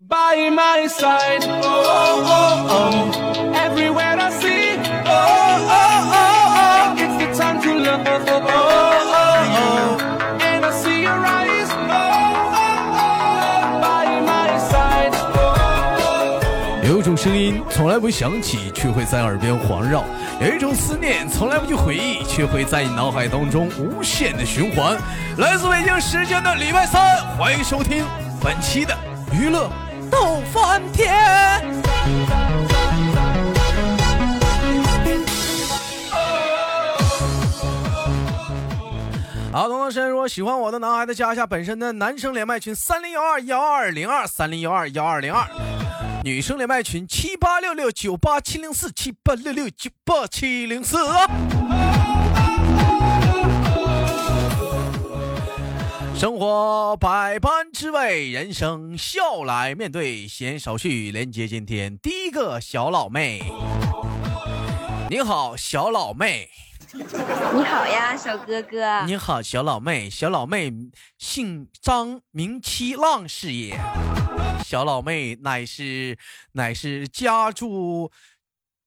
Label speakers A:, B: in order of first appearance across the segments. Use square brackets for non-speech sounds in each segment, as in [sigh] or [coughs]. A: by my side. Oh, oh, oh. Everywhere I see. Oh, oh, oh, oh. It's the time to love. Oh, oh, oh. And I see your eyes. Oh, oh, oh. By my side. Oh, oh,
B: 有一种声音从来不响起，却会在耳边环绕；有一种思念从来不去回忆，却会在你脑海当中无限的循环。来自北京时间的礼拜三，欢迎收听本期的娱乐逗翻天。好，同学们，如果喜欢我的男孩子，加一下本身的男生连麦群三零幺二幺二零二三零幺二幺二零二。女生连麦群七八六六九八七零四七八六六九八七零四。生活百般滋味，人生笑来面对。闲言少叙，连接今天第一个小老妹。你好，小老妹。
C: 你好呀，小哥哥。
B: 你好，小老妹。小老妹姓张，名七浪是也。小老妹乃是乃是家住，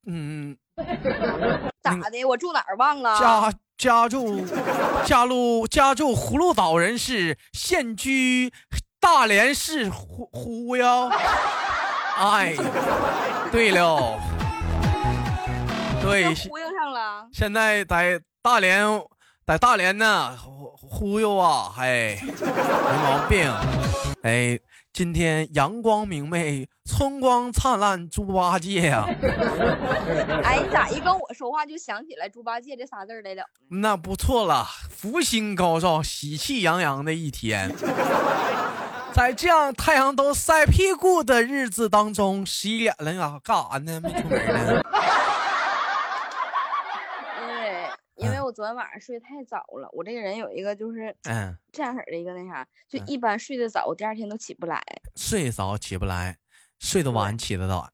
B: 嗯，
C: 咋的？我住哪儿忘了？
B: 家家住家路家住葫芦岛人士，现居大连市忽忽悠。哎，对了，
C: [laughs]
B: 对，
C: 忽悠上了。
B: 现在在大连，在大连呢，忽忽悠啊，哎，没毛病。哎，今天阳光明媚，春光灿烂，猪八戒啊呀、
C: 哎，你咋一跟我说话就想起来“猪八戒”这仨字儿来了？
B: 那不错了，福星高照，喜气洋洋的一天。在这样太阳都晒屁股的日子当中，十一点了，你咋干啥呢？没出门呢？
C: 因为因为我昨天晚上睡太早了，我这个人有一个就是
B: 嗯，
C: 这样式儿的一个那啥，就
B: 嗯
C: 一般睡得早，我第二天都起不来。
B: 睡早起不来，睡得晚起得早，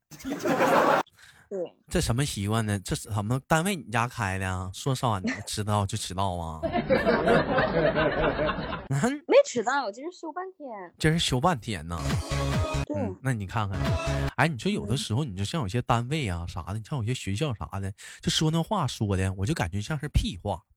C: 对，
B: 这什么习惯呢？这是什么单位你家开的啊？说上晚迟到就迟到啊？嗯，
C: 没迟到，我今儿休半天。
B: [laughs] 今儿休半天呢。
C: 对，
B: 嗯，那你看看，哎，你说有的时候，你就像有些单位啊啥的，你像有些学校啥的，就说那话说的，我就感觉像是屁话。 [laughs]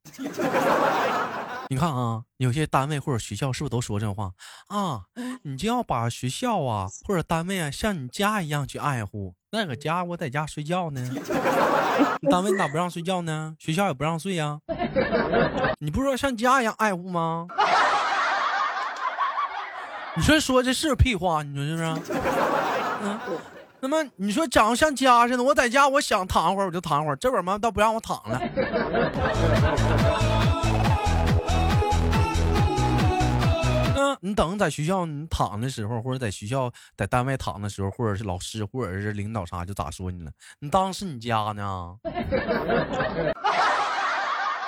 B: 你看啊，有些单位或者学校是不是都说这话啊？你就要把学校啊或者单位啊像你家一样去爱护。那搁家我在家睡觉呢， [laughs] 你单位你咋不让睡觉呢？学校也不让睡呀、 [laughs] 你不是说像家一样爱护吗？ [laughs] 你说说这是屁话，啊你说是不是？那么你说长得像家似的，我在家我想躺会儿我就躺会儿，这会儿妈倒不让我躺了。 [laughs] 嗯，你等在学校你躺的时候，或者在学校在单位躺的时候，或者是老师或者是领导啥就咋说你了？你当是你家呢？ [laughs]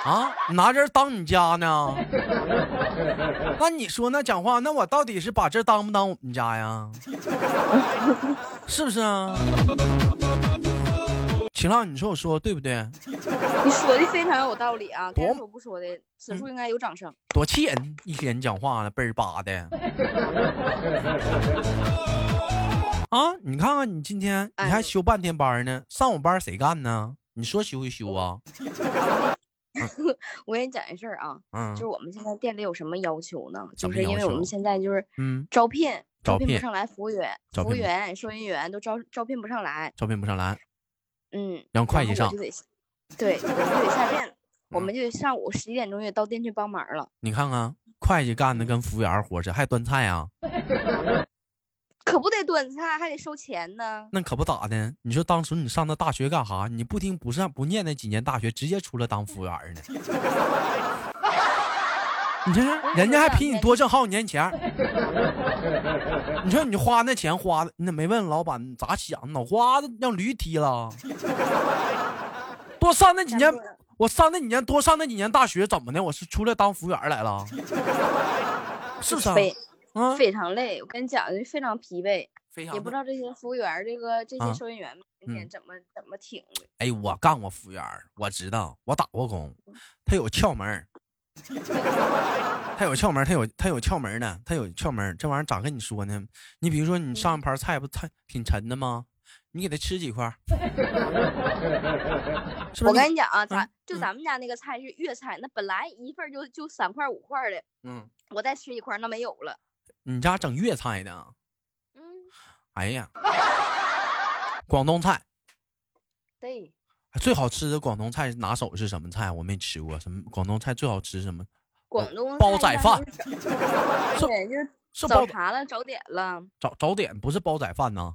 B: 啊，你拿这儿当你家呢？ [laughs] 那你说那讲话，那我到底是把这儿当不当我们家呀？是不是啊？秦浪，你说我说对不对？
C: 你说的非常有道理啊，该
B: 多嗯
C: 说不说的，此处应该有掌声。
B: 多气人！一天讲话呢，倍儿巴的。啊，你看看你今天你还
C: 哎
B: 休半天班呢，上午班谁干呢？你说休就休啊？
C: 我给你讲一事儿啊，
B: 嗯
C: 就是我们现在店里有什么要求呢？
B: 怎
C: 就
B: 么
C: 是因
B: 要
C: 为我们
B: 求
C: 现在就是
B: 嗯，
C: 招聘，
B: 招
C: 聘
B: 聘
C: 不上来，服务员、
B: 招
C: 服务
B: 聘不
C: 员、收银员都招招聘不上来。
B: 招聘不上来，
C: 嗯，
B: 让
C: 然
B: 会
C: 后
B: 计
C: 我
B: 上
C: 就。得下，对，我们就得下店了，我
B: 嗯
C: 们就得上午十一点钟就到店去帮忙了，
B: 你看看会计干的跟服务员活似的，还端菜啊？
C: 可不得端菜，还得收钱呢。
B: 那可不咋的。你说当时你上那大学干啥？你不听不上不念那几年大学，直接出来当服务员儿呢？你这是人家还比你多挣好几年钱儿。你说你花那钱花的，你咋没问老板你咋想？脑瓜子让驴踢了？多上那几年
C: 咱们，
B: 我上那几年多上那几年大学怎么的？我是出来当服务员儿来
C: [laughs]
B: 了，是不是啊？
C: 非
B: 啊，
C: 非常累，我跟你讲，就非常疲惫，
B: 非
C: 也不知道这些服务员儿，这个这
B: 啊
C: 些收银员明
B: 嗯
C: 天怎么怎么挺的。嗯
B: 哎，我干过服务员儿，我知道，我打过工，他有窍门儿它有窍门儿，它有它有窍门儿呢，它有窍门儿。这玩意儿咋跟你说呢？你比如说，你上一盘菜不太挺沉的吗？你给它吃几
C: [laughs]
B: 块儿，是不
C: 我
B: 是
C: 跟你讲啊，咱
B: 嗯
C: 就
B: 嗯
C: 咱们家那个菜是粤菜，那本来一份儿就就三块五块儿的，
B: 嗯，
C: 我再吃一块儿那没有了。
B: 你家整粤菜的啊？
C: 嗯，
B: 哎呀，广东菜
C: 对，
B: 最好吃的广东菜拿手是什么菜？我没吃过，什么广东菜最好吃什么？
C: 广东
B: 煲仔
C: 菜一般
B: 饭 [laughs]
C: 都是早，对，就是
B: 是
C: 早
B: 煲
C: 茶了，早点了。
B: 早早点，不是煲仔饭呐？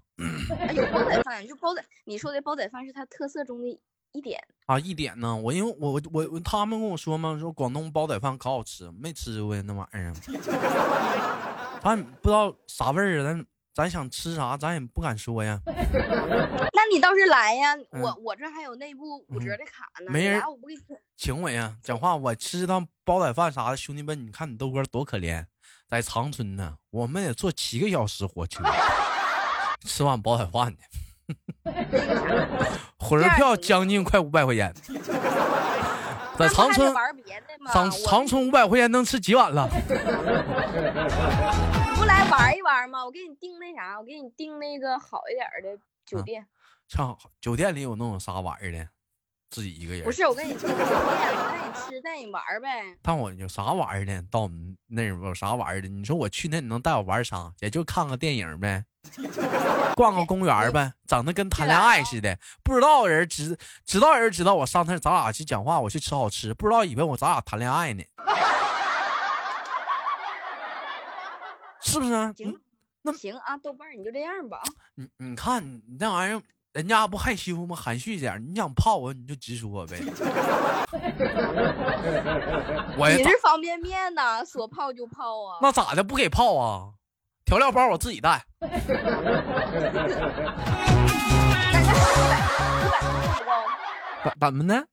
C: 哎，有煲仔饭，就煲仔，你说的煲仔饭是它特色中的一点。
B: 啊，一点呢？我因为我我我我他们跟我说嘛，说广东煲仔饭可好吃，没吃过呀那玩意儿，啊咱不知道啥味儿啊，咱咱想吃啥，咱也不敢说呀。
C: 那你倒是来呀，
B: 嗯
C: 我我这还有内部五折的卡呢，
B: 没
C: 你
B: 人
C: 来我不给你。
B: 请我呀，讲话我吃趟煲仔饭啥的，兄弟们，你看你豆哥多可怜，在长春呢，我们得坐七个小时火车，吃碗煲仔饭去，火车票将近快五百块钱，在
C: [laughs] 那不还
B: 长
C: 得
B: 春
C: 玩。儿别的吗？
B: 长
C: 我
B: 长春五百块钱能吃几碗了？
C: 不来玩儿一玩儿吗？我给你订那啥，我给你订那个好一点儿的酒
B: 嗯
C: 店。
B: 上酒店里有那种啥玩意儿的，自己一个人
C: 不。是，我跟你订酒店，我带你吃，带你玩儿呗。
B: 但我有啥玩意儿的，到你那儿有啥玩意儿的？你说我去那，你能带我玩啥？也就看个电影呗，逛个公园儿呗，整的跟谈恋爱似的。不知道人知知道人知道我上那儿咱俩去讲话，我去吃好吃，不知道以为我咱俩谈恋爱呢， [laughs] 是不是啊？
C: 行
B: 那
C: 行啊，豆瓣儿你就这样吧啊。
B: 你你看你那玩意儿，人家不害羞吗？含蓄点儿，你想泡啊我你就直说呗。我也
C: 你是方便面呐，说泡就泡啊。
B: 哎那咋的不给泡啊？调料包我自己带。
C: 那那一百度够不够？
B: 怎怎么的？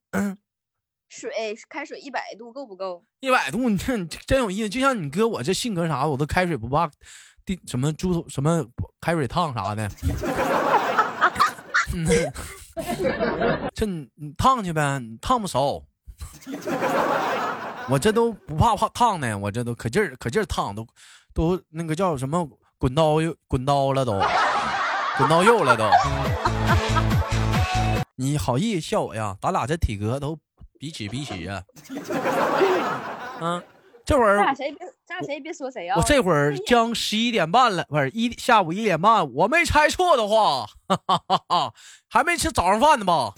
C: 水哎开水一百度够不够？
B: 一百度，你看你这真有意思。就像你哥我这性格啥的，我都开水不怕地什么猪头什么开水烫啥的。嗯 [laughs] 这你你烫去呗，你烫不熟。我这都不怕怕烫呢，我这都可劲儿可劲儿烫，都都那个叫什么滚刀又滚刀了都，滚刀肉了都。你好意思笑我呀？咱俩这体格都比起比起呀、 [laughs] 啊。嗯，这会
C: 咱
B: 儿
C: 俩谁别，咱俩谁也别说谁啊。
B: 我这会儿将十一点半了，不是一下午一点半，我没猜错的话，哈哈哈哈，还没吃早上饭呢吧？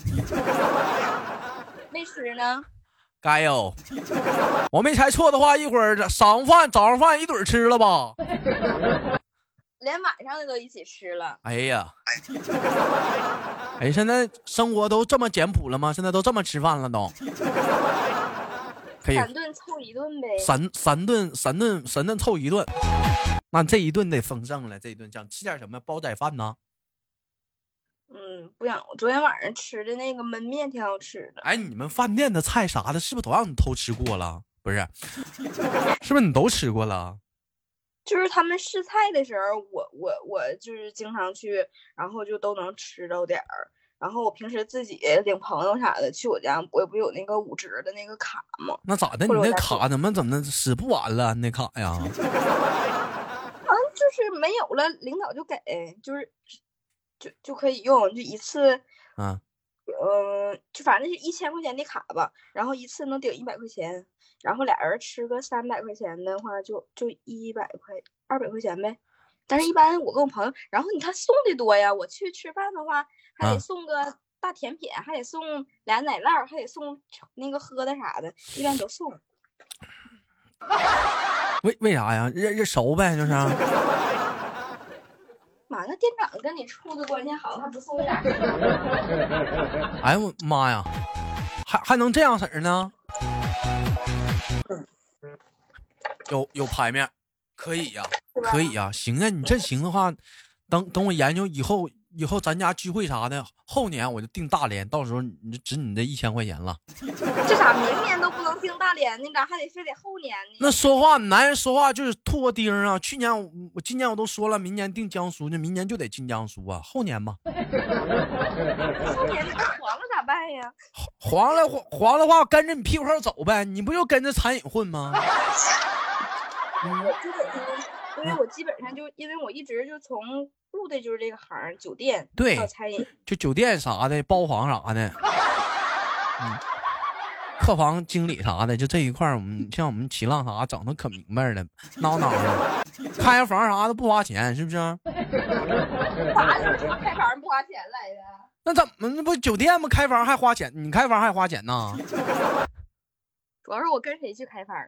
C: 没吃呢，
B: 该有，我没猜错的话，一会儿晌午饭、早上饭一顿吃了吧？
C: 连晚上的都一起吃了。
B: 哎呀，哎，现在生活都这么简朴了吗？现在都这么吃饭了都？可以，
C: 三顿凑一顿呗。
B: 哎三三顿三顿三顿凑一顿，那这一顿得丰盛了。这一顿想吃点什么？煲仔饭呢？
C: 嗯，不想。我昨天晚上吃的那个焖面挺好吃的。
B: 哎，你们饭店的菜啥的，是不是都让你偷吃过了？不是， [laughs] 是不是你都吃过了？
C: 就是他们试菜的时候，我我我就是经常去，然后就都能吃着点儿。然后我平时自己领朋友啥的去我家，我不有那个五折的那个卡吗？
B: 那咋的？你
C: 或者我
B: 那
C: 再
B: 卡怎么怎么使不完了？你那卡呀？
C: 啊，就是没有了，领导就给，就是就就可以用，就一次，
B: 啊，
C: 嗯、就反正是一千块钱的卡吧，然后一次能顶一百块钱，然后俩人吃个三百块钱的话就，就一百块二百块钱呗。但是，一般我跟我朋友，然后你看送的多呀，我去吃饭的话，还
B: 啊
C: 得送个大甜品，还得送俩奶酪，还得送那个喝的啥的，一般都送。
B: 为为啥呀？认认熟呗，就是。
C: 妈，那店长跟你处的关系好，还不送你俩吃的吗？
B: 哎呦我妈呀，还还能这样式儿呢？有有牌面，可以呀、
C: 是吧
B: 可以呀、行啊，你这行的话，等等我研究以后，以后咱家聚会啥的，后年我就定大连，到时候你就值你这一千块钱了。
C: 这咋明年都不能订大连呢？咋还得非得后年呢？
B: 那说话，男人说话就是吐个钉儿啊！去年我我今年我都说了，明年定江苏，那明年就得进江苏啊，后年吧。
C: 后年那个黄了咋办看呀。
B: 黄了黄黄了话，跟着你屁股后走呗，你不就跟着残影混吗？
C: 我就得因为，因为我基本上就因为我一直就从入的就是这个行儿，酒店
B: 对
C: 到餐饮，
B: 就酒店啥的，包房啥的，嗯，客房经理啥的，就这一块儿，我们像我们齐浪啥整的可明白了，闹闹的，开个房啥的不花钱，是不是啊？
C: 咋的？这开房不花钱来的？
B: 那怎么那不酒店吗？开房还花钱？你开房还花钱呢？
C: 主要是我跟谁去开房呀？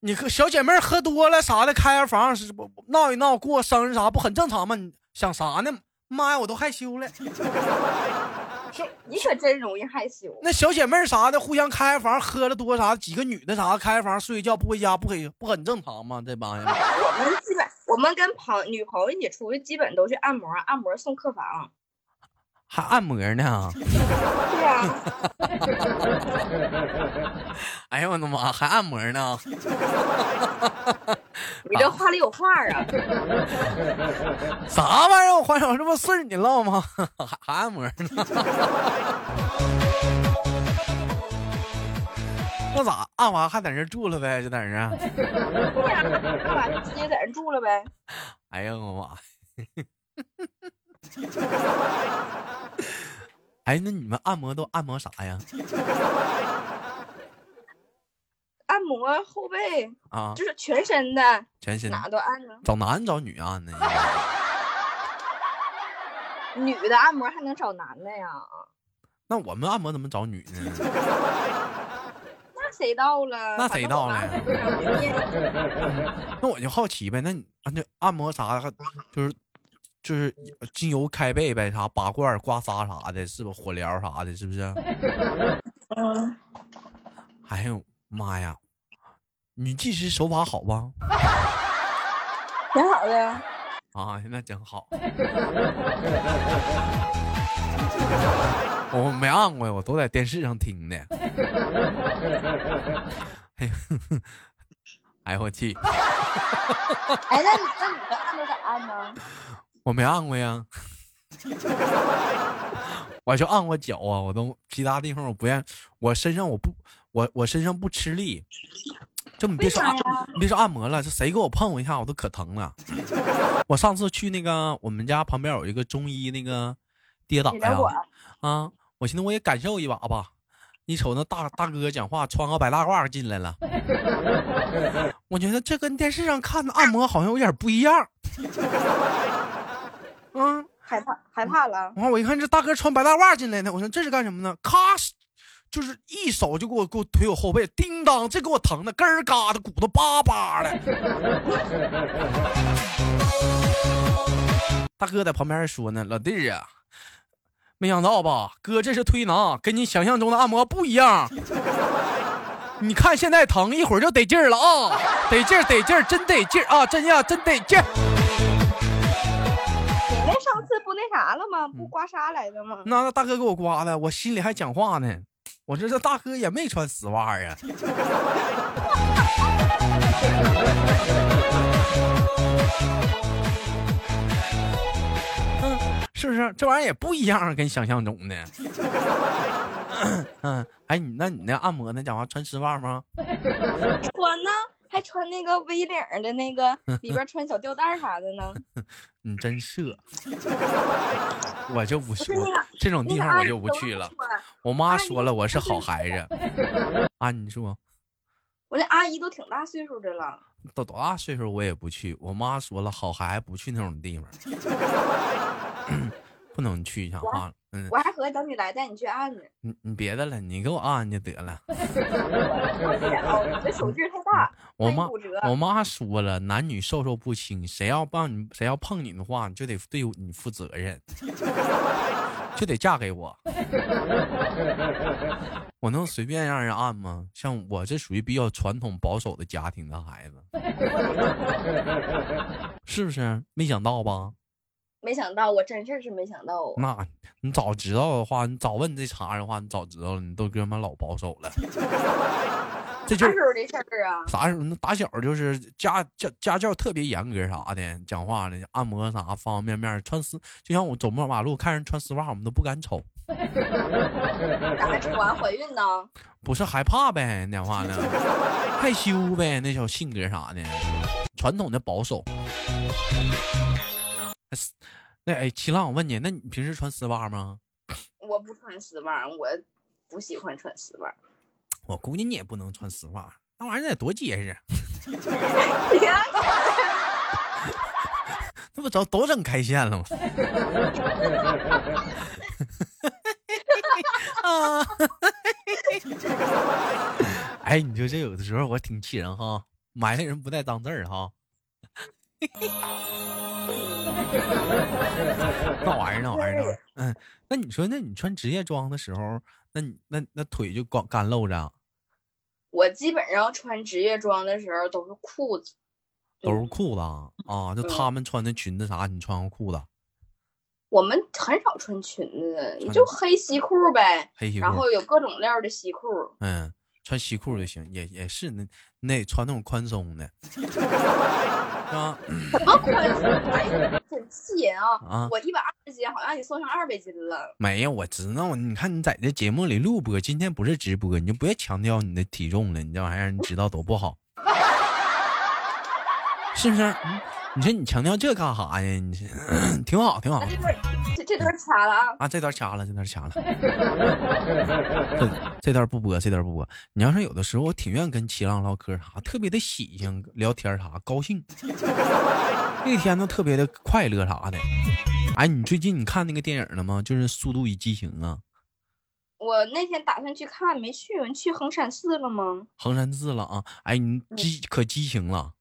B: 你和小姐妹儿喝多了啥的，开个房是不闹一闹，过生日啥不很正常吗？你想啥呢？妈呀，我都害羞了。
C: 你可真容易害羞。
B: 那小姐妹儿啥的，互相开个房，喝了多啥，几个女的啥的开个房睡觉不回家，不很不很正常吗？这帮人，
C: 我们基本我们跟朋女朋友一起出去，基本都去按摩，按摩送客房。
B: [laughs] 还按摩呢？
C: 对啊，
B: [laughs] 哎呦我的妈，还按摩呢？啊
C: 你这话里有话
B: [laughs]
C: 啊。
B: 啥玩意儿？我还想这不顺你唠吗？ [laughs] 还还按摩呢？ [laughs] 那咋按完还在那儿住了呗？就在那儿？啊
C: 对呀、那完就直接在这住了呗。
B: 哎呀我妈！ [laughs] 哎，那你们按摩都按摩啥呀？
C: 按摩后背，
B: 啊，
C: 就是全身的，
B: 全身
C: 哪都按呢。
B: 找男找女啊按呢？
C: 女的按摩还能找男的呀？
B: 那我们按摩怎么找女呢？
C: 那谁到了？
B: 那谁到了
C: 反正我妈也不找别人
B: 那我就好奇呗，那你啊那按摩啥的，就是就是精油开背呗，啥拔罐儿、刮痧啥的，是不？火疗啥的，是不是？
C: 嗯，
B: 哎呦妈呀！你技师手法好吧？
C: 挺好的呀。
B: 啊，那真好。我没按过，我都在电视上听的。 [laughs] 哎呦， [laughs] 哎呦我去，
C: 哎，那你那你的按都咋按呢？
B: 我没按过呀。 [laughs] 我就按过脚啊，我都其他地方我不愿，我身上我不，我我身上不吃力。这你别说按
C: 为啥呀，
B: 你别说按摩了，这谁给我碰我一下，我都可疼
C: [laughs]
B: 了。我上次去那个我们家旁边有一个中医那个跌倒
C: 你
B: 呀
C: 聊我，
B: 啊，我寻思我也感受一把吧。你瞅那大大哥讲话，穿个白大褂进来了，我觉得这跟电视上看的按摩好像有点不一样。 [laughs] 嗯，
C: 害怕害怕了。
B: 完我一看这大哥穿白大褂进来的，我说这是干什么呢？咔，就是一手就给我给我推我后背，叮当，这给我疼的根儿嘎的，骨头叭叭的。 [laughs] 大哥在旁边还说呢，老弟儿啊，没想到吧，哥这是推拿，跟你想象中的按摩不一样。你看现在疼，一会儿就得劲儿了啊，得劲儿得劲儿，真得劲儿啊，真呀真得劲儿。
C: 你那上次不那啥了吗？
B: 嗯
C: 不刮痧来的吗？
B: 那大哥给我刮的，我心里还讲话呢。我说这大哥也没穿丝袜啊。嗯，是不是这玩意儿也不一样啊？跟想象中的。嗯，哎，你那你那按摩那家伙穿丝袜吗？
C: 穿呢，还穿那个 V 领儿的
B: [laughs]
C: 那个，里边穿小吊带儿啥的呢。
B: 你真色，我就不说
C: 不是那个
B: 这种
C: 那
B: 地 [laughs]
C: 个
B: 方我
C: 按
B: 就不
C: 都
B: 去了。
C: 穿
B: 我妈
C: 阿姨
B: 说了，我是
C: 就是
B: 好孩子。啊，你说。
C: 我这阿姨都挺大岁数的了，
B: 都多大啊岁数我也不去。我妈说了，好孩子不去那种地方， [coughs] 不能去。讲话了，嗯，
C: 我还合计等你来带你去按呢。
B: 你你别的了，你给我按就得了。
C: 按不了，我这手劲儿太大，
B: 我
C: 万一
B: 妈
C: 骨折
B: 我妈说了，男女授受不亲，谁要帮你，谁要碰你的话，你就得对你负责任， [laughs] 就得嫁给我。 [laughs] 我能随便让人按吗？像我这属于比较传统保守的家庭的孩子， [laughs] 是不是？没想到吧？
C: 没想到，我真事儿是没想到啊。
B: 那你早知 [laughs] 道的话，你早问这茬儿的话，你早知道了，你都哥们老保守了。这就
C: 啥
B: 是
C: 时候的事儿啊？
B: 啥时候？那打小就是家家家教特别严格啥的，讲话呢，按摩啥方方面面，穿丝就像我走马马路看人穿丝袜，我们都不敢瞅，
C: 咋还整完怀孕呢？
B: 不是害怕呗？那话呢，害羞呗？那小性格啥的，传统的保守。哎丝那哎，七浪，我问你，那你平时穿丝袜吗？
C: 我不穿丝袜，我不喜欢穿丝 [laughs] 袜。
B: 我估计你也不能穿丝袜，那玩意儿得多结实，啊
C: 你看，
B: 那不都都整开线了吗？ [laughs] 啊！ [laughs] 哎，你说这有的时候我挺气人哈，埋汰人不带脏字儿哈。那玩意儿，那玩意儿，那玩意儿，嗯，那你说，那你穿职业装的时候，那你那那腿就光干露着啊，
C: 我基本上穿职业装的时候都是裤子，
B: 都是裤子啊啊，就
C: 嗯
B: 他们穿的裙子啥，你穿过裤子，
C: 我们很少穿裙子，
B: 穿
C: 就黑西裤呗，
B: 黑西裤
C: 然。后有各种料的西裤。
B: 嗯，穿西裤就行，也也是那那穿那种宽松的， [laughs] 啊，
C: 什么宽松？ [laughs] 哎呀，很气人啊！
B: 啊
C: 我一百二十斤，好像你瘦成二百斤了。
B: 没有，我知道，你看你在这节目里录播，今天不是直播，你就不要强调你的体重了，你这玩意儿你知道多不好， [laughs] 是不是？嗯你说你强调这干啥呀？你这 [coughs] 挺好，挺好
C: 那。这段这这段掐了啊！
B: 啊，这段掐了，这段掐了， [laughs] 这这段不播，这段不播。你要是有的时候，我挺愿意跟七浪唠嗑啥，特别的喜庆，聊天啥，高兴， [laughs] 那天都特别的快乐啥的。哎，你最近你看那个电影了吗？就是《速度与激情》啊，
C: 我那天打算去看，没去。你去衡山寺了吗？
B: 衡山寺了啊。哎，你激可激情了，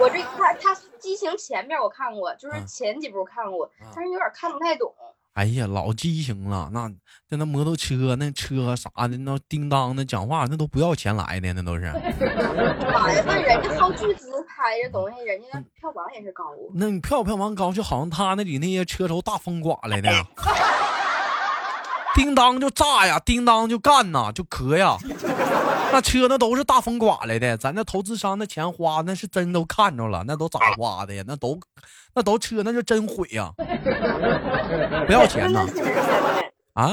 C: 我这他他激情前面我看过，就
B: 啊
C: 是前几部看过，
B: 啊
C: 但是有点看不太懂。
B: 哎呀，老激情了。那就那摩托车那车啥的，那叮当的讲话那都不要钱来的，那都是。
C: 妈呀，那人家薅巨资拍这东西，人家那
B: 嗯
C: 票房也是高。
B: 那你票票房高，就好像他那里那些车头大风刮来的，叮当就炸呀，叮当就干呐，就磕呀，那车那都是大风刮来的，咱那投资商那钱花那是真都看着了，那都咋花的呀？那都那都车那是真毁呀，不要钱
C: 那
B: 呐
C: 确实是真的，
B: 啊！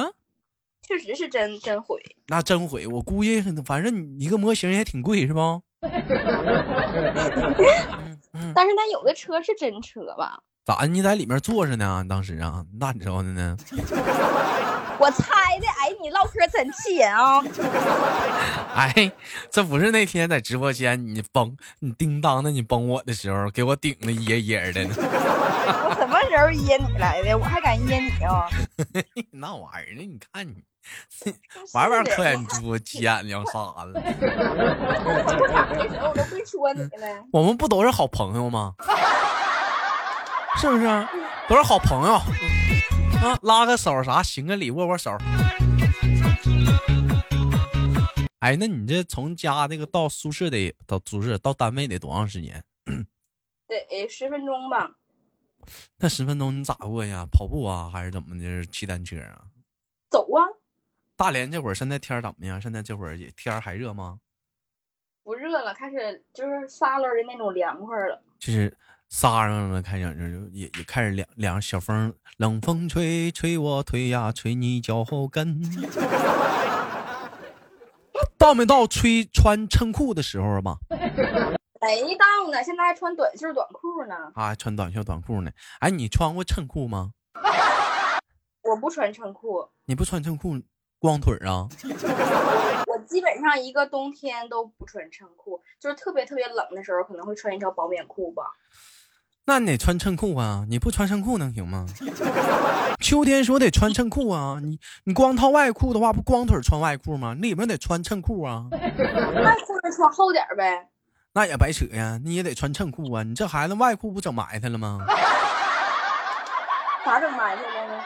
C: 确实是真真毁。
B: 那真毁，我估计反正你一个模型也挺贵是吧？嗯
C: 但是咱有的车是真车吧？
B: 咋你在里面坐着呢？当时啊，那你知道的呢？
C: 我猜的。哎，你唠嗑真气人啊！
B: 哎，这不是那天在直播间你崩你叮当的你崩我的时候，给我顶的一噎一噎的呢，
C: 我什么时候噎你来的？我还敢噎你啊？
B: 哎那玩意儿呢？你看你玩玩科研猪啊急眼亮啥了？
C: 啊我不咋的时候，我都会说
B: 嗯
C: 你了。
B: 我们不都是好朋友吗？是不是？都是好朋友啊，拉个手啥，行个礼，握握手。哎，那你这从家这个到宿舍得到宿舍到单位得多长时间？
C: 得哎十分钟吧，
B: 那十分钟你咋过呀？跑步啊，还是怎么的？骑单车啊？
C: 走啊，
B: 大连这会儿现在天儿怎么样？现在这会儿也天儿还热吗？
C: 不热了，开始就是沙漏的那种凉快了。
B: 就是撒上了，开始就是也也开始凉凉小风，冷风吹吹我腿呀，吹你脚后跟。 [laughs] 到没到吹穿衬裤的时候吧？
C: 没到呢，现在还穿短袖短裤呢。
B: 啊，还穿短袖短裤呢？哎，你穿过衬裤吗？
C: 我不穿衬裤，
B: 你不穿衬裤光腿儿啊？
C: 我基本上一个冬天都不穿衬裤，就是特别特别冷的时候可能会穿一条薄棉裤吧。
B: 那你得穿衬裤啊！你不穿衬裤能行吗？秋天说得穿衬裤啊！你你光套外裤的话，不光腿儿穿外裤吗？里面得穿衬裤啊！
C: 那裤子穿厚点儿呗。
B: 那也白扯呀，你也得穿衬裤啊！你这孩子外裤不整埋汰了吗？
C: 咋整埋汰了呢？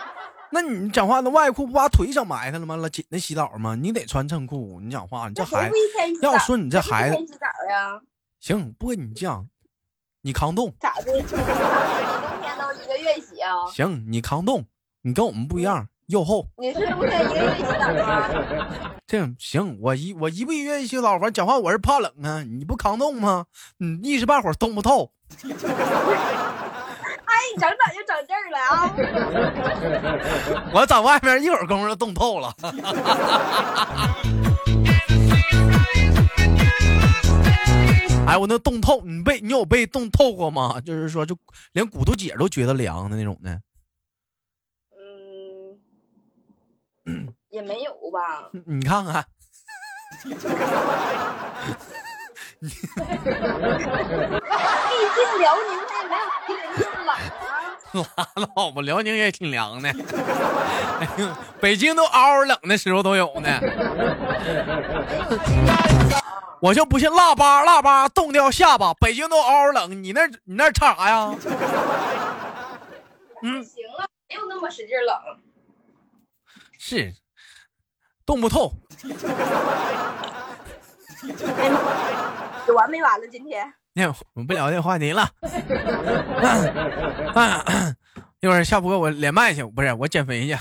B: 那你讲话那外裤不把腿整埋汰了吗？那紧那洗澡吗？你得穿衬裤。你讲话，你这
C: 那谁
B: 孩
C: 不
B: 子，
C: 一天洗澡？
B: 要说你这
C: 谁
B: 孩
C: 不
B: 子
C: 一天洗澡呀？
B: 行，不跟你犟，你扛冻，
C: 咋的？咋的？你冬天都一个月洗啊？
B: 行，你扛冻，你跟我们不一样，哟吼，
C: 你是不是一个月洗澡啊？
B: 这样行，我一我一不愿意洗澡，反正讲话我是怕冷啊，你不抗冻吗？你一时半会儿冻不透。
C: 哎，你整整就整这儿了啊！
B: 我在外面一会儿功夫就冻透了。 [laughs] 哎，我那冻透，你被你有被冻透过吗？就是说，就连骨头节都觉得凉的那种的。
C: 嗯，
B: [coughs]
C: 也没有吧。
B: 你你看看，
C: 毕竟辽宁它也没有吉林这么冷啊。
B: [laughs] 拉倒吧，辽宁也挺凉的，哎呦，北京都嗷嗷冷的时候都有呢。我就不信腊八腊八冻掉下巴，北京都嗷嗷冷，你那你那差啥呀？
C: 行了，没有那么使劲儿冷。
B: 是，冻不透。
C: 有完没完了？今天
B: 那我们不聊这话题了。一会儿下播我连麦去，不是我减肥去。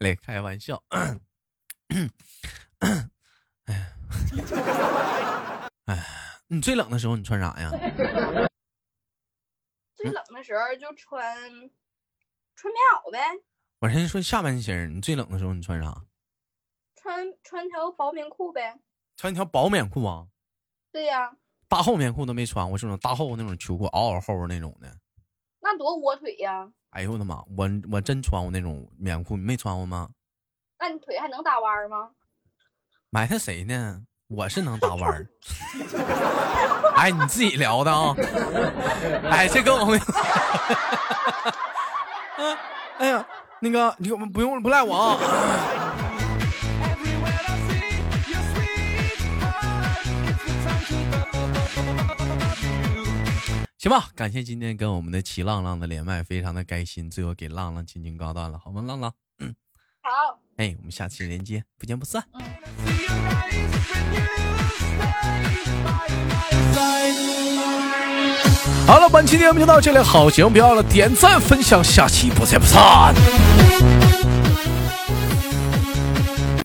B: 来开玩笑。哎哎，你最冷的时候你穿啥呀？
C: 最冷的时候就穿穿棉袄呗，
B: 我先说下半身儿，你最冷的时候你穿啥？
C: 穿穿条薄棉裤呗。
B: 穿一条薄棉裤啊，
C: 对呀、
B: 大厚棉裤都没穿过，是那种大厚那种秋裤，嗷嗷厚那种的。
C: 那多窝腿呀、
B: 哎呦我的妈！我我真穿过那种棉裤，你没穿过吗？
C: 那你腿还能打弯儿吗？
B: 埋汰谁呢？我是能打弯儿。哎，你自己聊的啊、哎，这跟我们，嗯哎呀，那个你给我们不用不赖我啊。
A: Everywhere I see your sweet heart, it's the time to love you.
B: 行吧，感谢今天跟我们的齐浪浪的连麦，非常的开心。最后给浪浪亲亲高段了，好吗？浪浪，
C: 好，
B: 哎，我们下期连接，不见不散。
A: See your eyes when you stay by my side.
B: 好了，本期节目就到这里，好节目不要了，点赞分享，下期不见不散。